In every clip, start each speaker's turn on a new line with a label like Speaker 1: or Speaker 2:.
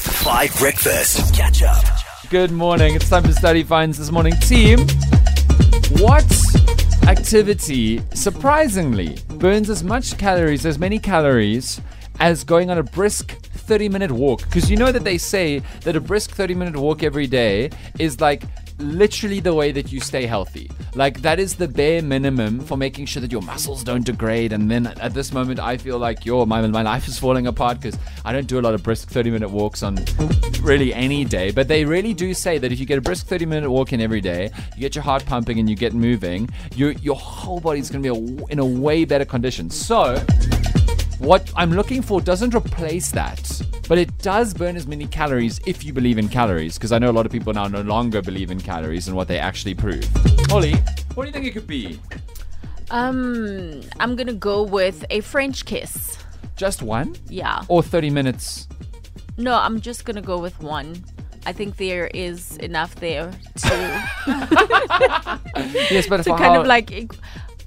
Speaker 1: Five Breakfast. Catch up.
Speaker 2: Good morning. It's time for Study Finds this morning. Team, what activity surprisingly burns as much calories, as many calories, as going on a brisk 30 minute walk? Because you know that they say that a brisk 30 minute walk every day is like literally the way that you stay healthy. Like, that is the bare minimum for making sure that your muscles don't degrade. And then at this moment, I feel like, yo, my, my life is falling apart because I don't do a lot of brisk 30 minute walks on really any day. But they really do say that if you get a brisk 30 minute walk in every day, you get your heart pumping and you get moving, your, your whole body's going to be a, in a way better condition. So, what I'm looking for doesn't replace that, but it does burn as many calories if you believe in calories, because I know a lot of people now no longer believe in calories and what they actually prove. Ollie, what do you think it could be?
Speaker 3: Um, I'm gonna go with a French kiss.
Speaker 2: Just one?
Speaker 3: Yeah.
Speaker 2: Or 30 minutes?
Speaker 3: No, I'm just gonna go with one. I think there is enough there to,
Speaker 2: Yes, but
Speaker 3: to
Speaker 2: for
Speaker 3: kind
Speaker 2: how-
Speaker 3: of like equ-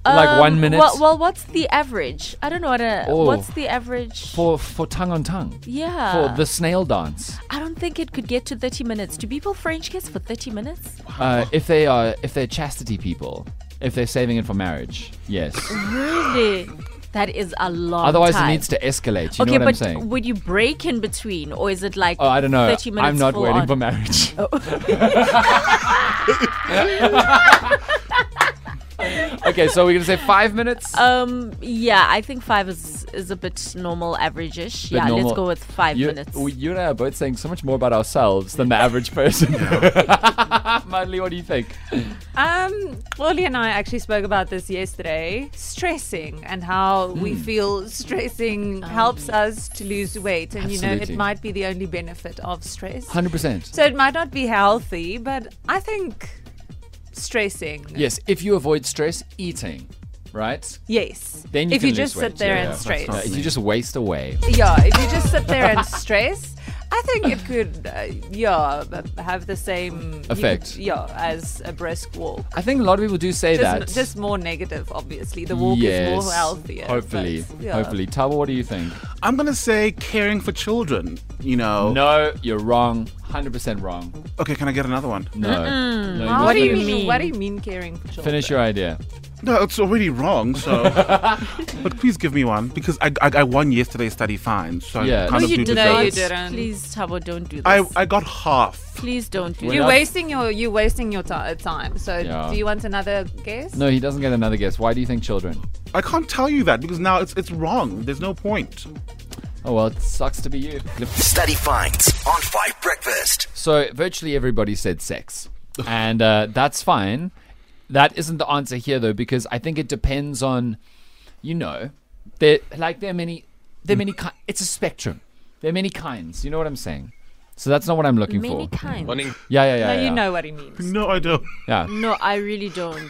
Speaker 2: Like
Speaker 3: um,
Speaker 2: one minute?
Speaker 3: Well, well, what's the average? I don't know what a,
Speaker 2: Oh.
Speaker 3: what's the average.
Speaker 2: For, for tongue on tongue.
Speaker 3: yeah,
Speaker 2: For the snail dance. uh,
Speaker 3: I don't think it could get to 30 minutes. Do people French kiss for 30 minutes?
Speaker 2: Uh, if they are, if they're chastity people, if they're saving it for marriage, yes.
Speaker 3: Really? That is a long.
Speaker 2: Otherwise,
Speaker 3: time.
Speaker 2: it needs to escalate. You
Speaker 3: okay,
Speaker 2: know what
Speaker 3: but
Speaker 2: I'm saying?
Speaker 3: would you break in between, or is it like?
Speaker 2: Oh, I don't know.
Speaker 3: 30 minutes
Speaker 2: I'm not
Speaker 3: full
Speaker 2: waiting
Speaker 3: on? Oh.
Speaker 2: for marriage. okay, so we're gonna say five minutes.
Speaker 3: Um. Yeah, I think five is is a bit normal, average-ish.
Speaker 2: Bit
Speaker 3: yeah,
Speaker 2: normal.
Speaker 3: let's go with five
Speaker 2: you,
Speaker 3: minutes.
Speaker 2: we- you and I are both saying so much more about ourselves than the average person. Manly, what do you think?
Speaker 4: Um, Ollie and I actually spoke about this yesterday. Stressing and how we
Speaker 2: Hmm.
Speaker 4: feel stressing helps us to lose weight, and you know
Speaker 2: Absolutely.
Speaker 4: it might be the only benefit of stress.
Speaker 2: Hundred percent.
Speaker 4: So it might not be healthy, but I think stressing.
Speaker 2: Yes, if you avoid stress, eating, right?
Speaker 4: Yes.
Speaker 2: Then you
Speaker 4: if
Speaker 2: can
Speaker 4: you
Speaker 2: lose
Speaker 4: just
Speaker 2: weight.
Speaker 4: sit there
Speaker 2: Yeah,
Speaker 4: and
Speaker 2: that's
Speaker 4: stress.
Speaker 2: Uh, if you just waste away.
Speaker 4: Yeah, if you just sit there and stress, I think it could, uh, yeah, b- have the same you
Speaker 2: Effect.
Speaker 4: could- yeah, as a brisk walk.
Speaker 2: I think a lot of people do say that.
Speaker 4: Just, just more negative, obviously. The walk is more
Speaker 2: Yes,
Speaker 4: healthier.
Speaker 2: Hopefully,
Speaker 4: but, yeah.
Speaker 2: hopefully. Tabo, what do you think?
Speaker 5: I'm gonna say caring for children. You know.
Speaker 2: No, you're wrong. Hundred percent wrong.
Speaker 5: Okay, can I get another one?
Speaker 2: No. No, you
Speaker 4: What
Speaker 2: just
Speaker 4: do you
Speaker 2: finish-
Speaker 4: mean? What do you mean caring for children?
Speaker 2: Finish your idea.
Speaker 5: No, it's already wrong. So, but please give me one because I I, I won yesterday's study fine. So
Speaker 2: Yeah.
Speaker 5: I kind
Speaker 2: No,
Speaker 5: of do
Speaker 4: didn't.
Speaker 5: deserve
Speaker 4: No, you
Speaker 5: it.
Speaker 4: didn't.
Speaker 3: Please, Tabo, don't do this.
Speaker 5: I I got half.
Speaker 3: Please don't do
Speaker 2: We're
Speaker 3: this.
Speaker 4: You're
Speaker 2: not-
Speaker 4: wasting your you're wasting your ti uh, time. So
Speaker 2: Yeah.
Speaker 4: do you want another guess?
Speaker 2: No, he doesn't get another guess. Why do you think children?
Speaker 5: I can't tell you that because now it's it's wrong. There's no point.
Speaker 2: Oh well, it sucks to be you.
Speaker 1: Study finds on Five Breakfast.
Speaker 2: So virtually everybody said sex, and uh, that's fine. That isn't the answer here though, because I think it depends on, you know, there like there are many, there are many ki It's a spectrum. There are many kinds. You know what I'm saying? So that's not what I'm looking
Speaker 3: Many
Speaker 2: for.
Speaker 3: kinds.
Speaker 2: Yeah, yeah, yeah.
Speaker 4: No,
Speaker 2: yeah,
Speaker 4: you
Speaker 2: yeah.
Speaker 4: know what he means.
Speaker 5: No, I don't.
Speaker 2: Yeah.
Speaker 3: No, I really don't.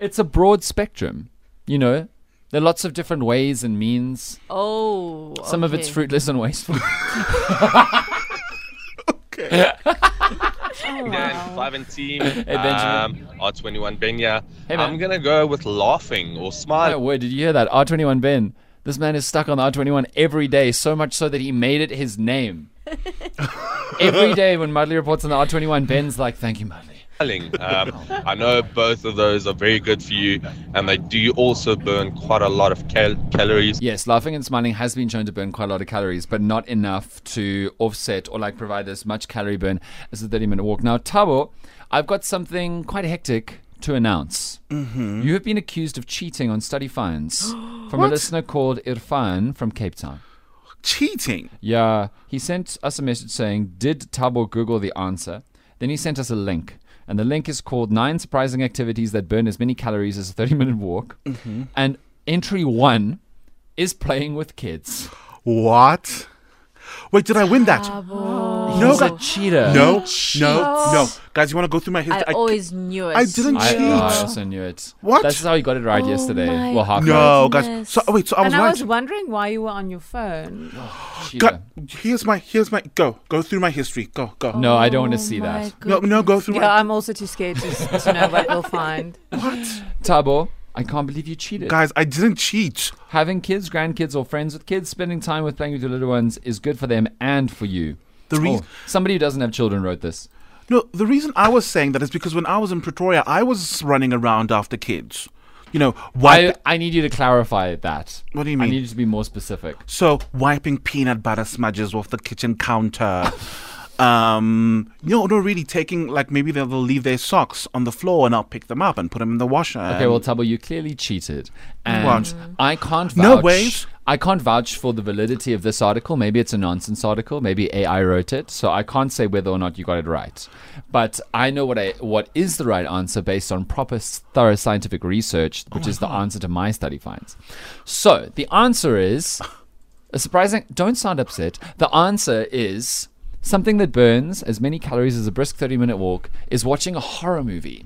Speaker 2: It's a broad spectrum. You know, there are lots of different ways and means.
Speaker 3: Oh.
Speaker 2: Some of it's
Speaker 3: okay.
Speaker 2: fruitless and wasteful.
Speaker 5: Okay.
Speaker 6: Dan, Clive and team.
Speaker 2: Benjamin.
Speaker 6: Um, R21 Benya.
Speaker 2: Hey, man.
Speaker 6: I'm going to go with laughing or
Speaker 2: My
Speaker 6: smiling.
Speaker 2: word, did you hear that? R21 Ben. This man is stuck on the R21 every day, so much so that he made it his name. every day when Mudley reports on the R21, Ben's like, thank you, Mudley.
Speaker 6: Um, I know both of those are very good for you, and they do also burn quite a lot of cal- calories.
Speaker 2: Yes, laughing and smiling has been shown to burn quite a lot of calories, but not enough to offset or like provide as much calorie burn as a 30 minute walk. Now, Tabo, I've got something quite hectic to announce. Mm-hmm. You have been accused of cheating on study fines from a listener called Irfan from Cape Town.
Speaker 5: Cheating.
Speaker 2: Yeah, he sent us a message saying, Did Tabo Google the answer? Then he sent us a link. And the link is called Nine Surprising Activities That Burn As Many Calories as a 30 Minute Walk. And entry one is playing with kids.
Speaker 5: What? Wait, did I win that? No,
Speaker 2: He's a
Speaker 5: guys.
Speaker 2: cheater.
Speaker 5: No, no, no, guys. You want to go through my
Speaker 3: I,
Speaker 5: history?
Speaker 3: always knew it.
Speaker 5: I didn't
Speaker 2: I,
Speaker 5: cheat.
Speaker 2: no, I also knew it.
Speaker 5: What? Oh
Speaker 2: That's how he got it right yesterday.
Speaker 3: my
Speaker 2: Well, half right.
Speaker 5: no, guys.
Speaker 3: goodness.
Speaker 5: So oh, wait, so I was
Speaker 4: and
Speaker 5: right.
Speaker 4: I was wondering why you were on your phone.
Speaker 2: Cheater.
Speaker 5: Go, here's my here's my go go through my history. Go go.
Speaker 2: No, I don't want to
Speaker 5: Oh
Speaker 2: see that.
Speaker 5: no, no go through
Speaker 4: Yeah, I'm also too scared to, s- to know what we'll find.
Speaker 5: my what?
Speaker 2: Tabo, I can't believe you cheated.
Speaker 5: Guys, I didn't cheat.
Speaker 2: Having kids, grandkids, or friends with kids, spending time with playing with your little ones is good for them and for you.
Speaker 5: The reason.
Speaker 2: Oh, somebody who doesn't have children wrote this.
Speaker 5: No, the reason I was saying that is because when I was in Pretoria, I was running around after kids. You know,
Speaker 2: I,
Speaker 5: wipe,
Speaker 2: I need you to clarify that.
Speaker 5: What do you
Speaker 2: I
Speaker 5: mean?
Speaker 2: need you to be more specific.
Speaker 5: so wiping peanut butter smudges off the kitchen counter. um, no, no, really taking like maybe they'll, they'll leave their socks on the floor and I'll pick them up and put them in the washer.
Speaker 2: Okay, well, Tabo, you clearly cheated, and
Speaker 5: Um, What?
Speaker 2: I can't vouch.
Speaker 5: No ways.
Speaker 2: I can't vouch for the validity of this article. Maybe it's a nonsense article. Maybe AI wrote it, so I can't say whether or not you got it right. But I know what I what is the right answer based on proper, s- thorough scientific research,
Speaker 5: Oh
Speaker 2: which is the answer to my study finds. So the answer is a surprising. Don't sound upset. The answer is something that burns as many calories as a brisk thirty-minute walk is watching a horror movie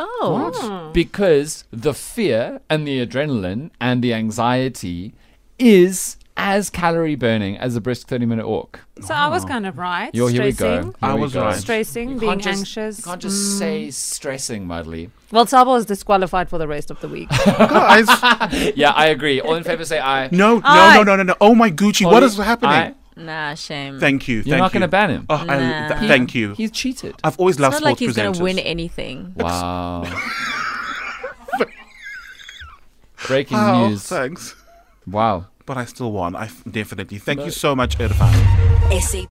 Speaker 3: Oh,
Speaker 4: Hmm.
Speaker 2: because the fear and the adrenaline and the anxiety is as calorie burning as a brisk 30 minute walk.
Speaker 4: So I was kind of right.
Speaker 2: Yo, here we go.
Speaker 4: stressing,
Speaker 5: I
Speaker 2: Here we
Speaker 5: was
Speaker 2: go.
Speaker 5: right.
Speaker 4: stressing,
Speaker 2: You
Speaker 4: being
Speaker 2: can't just-
Speaker 4: anxious. Mm.
Speaker 2: You can't just say stressing, Madly.
Speaker 4: Well, Sabo is disqualified for the rest of the week.
Speaker 5: guys,
Speaker 2: Yeah, I agree. All in favor say aye.
Speaker 5: no, no,
Speaker 4: Aye.
Speaker 5: no, no, no, no. Oh my Gucci, what
Speaker 2: Ollie,
Speaker 5: is happening?
Speaker 2: aye.
Speaker 3: nah, shame.
Speaker 5: Thank you.
Speaker 2: You're
Speaker 5: thank
Speaker 2: not
Speaker 5: you.
Speaker 2: going to ban him.
Speaker 5: Oh, I,
Speaker 3: Nah.
Speaker 5: th- thank you.
Speaker 2: He's cheated.
Speaker 5: I've always
Speaker 3: It's
Speaker 5: loved
Speaker 3: not like he's
Speaker 5: sports presenters.
Speaker 3: gonna win anything.
Speaker 2: Wow. Breaking
Speaker 5: Wow,
Speaker 2: news.
Speaker 5: Oh, thanks.
Speaker 2: Wow.
Speaker 5: But I still won. I f- definitely. Thank you so much, Irfan.
Speaker 7: SA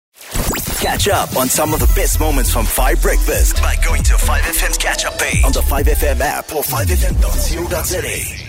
Speaker 1: Catch up on some of the best moments from 5 Breakfast by going to 5FM's catch up page on the 5FM app or 5FM.co.za.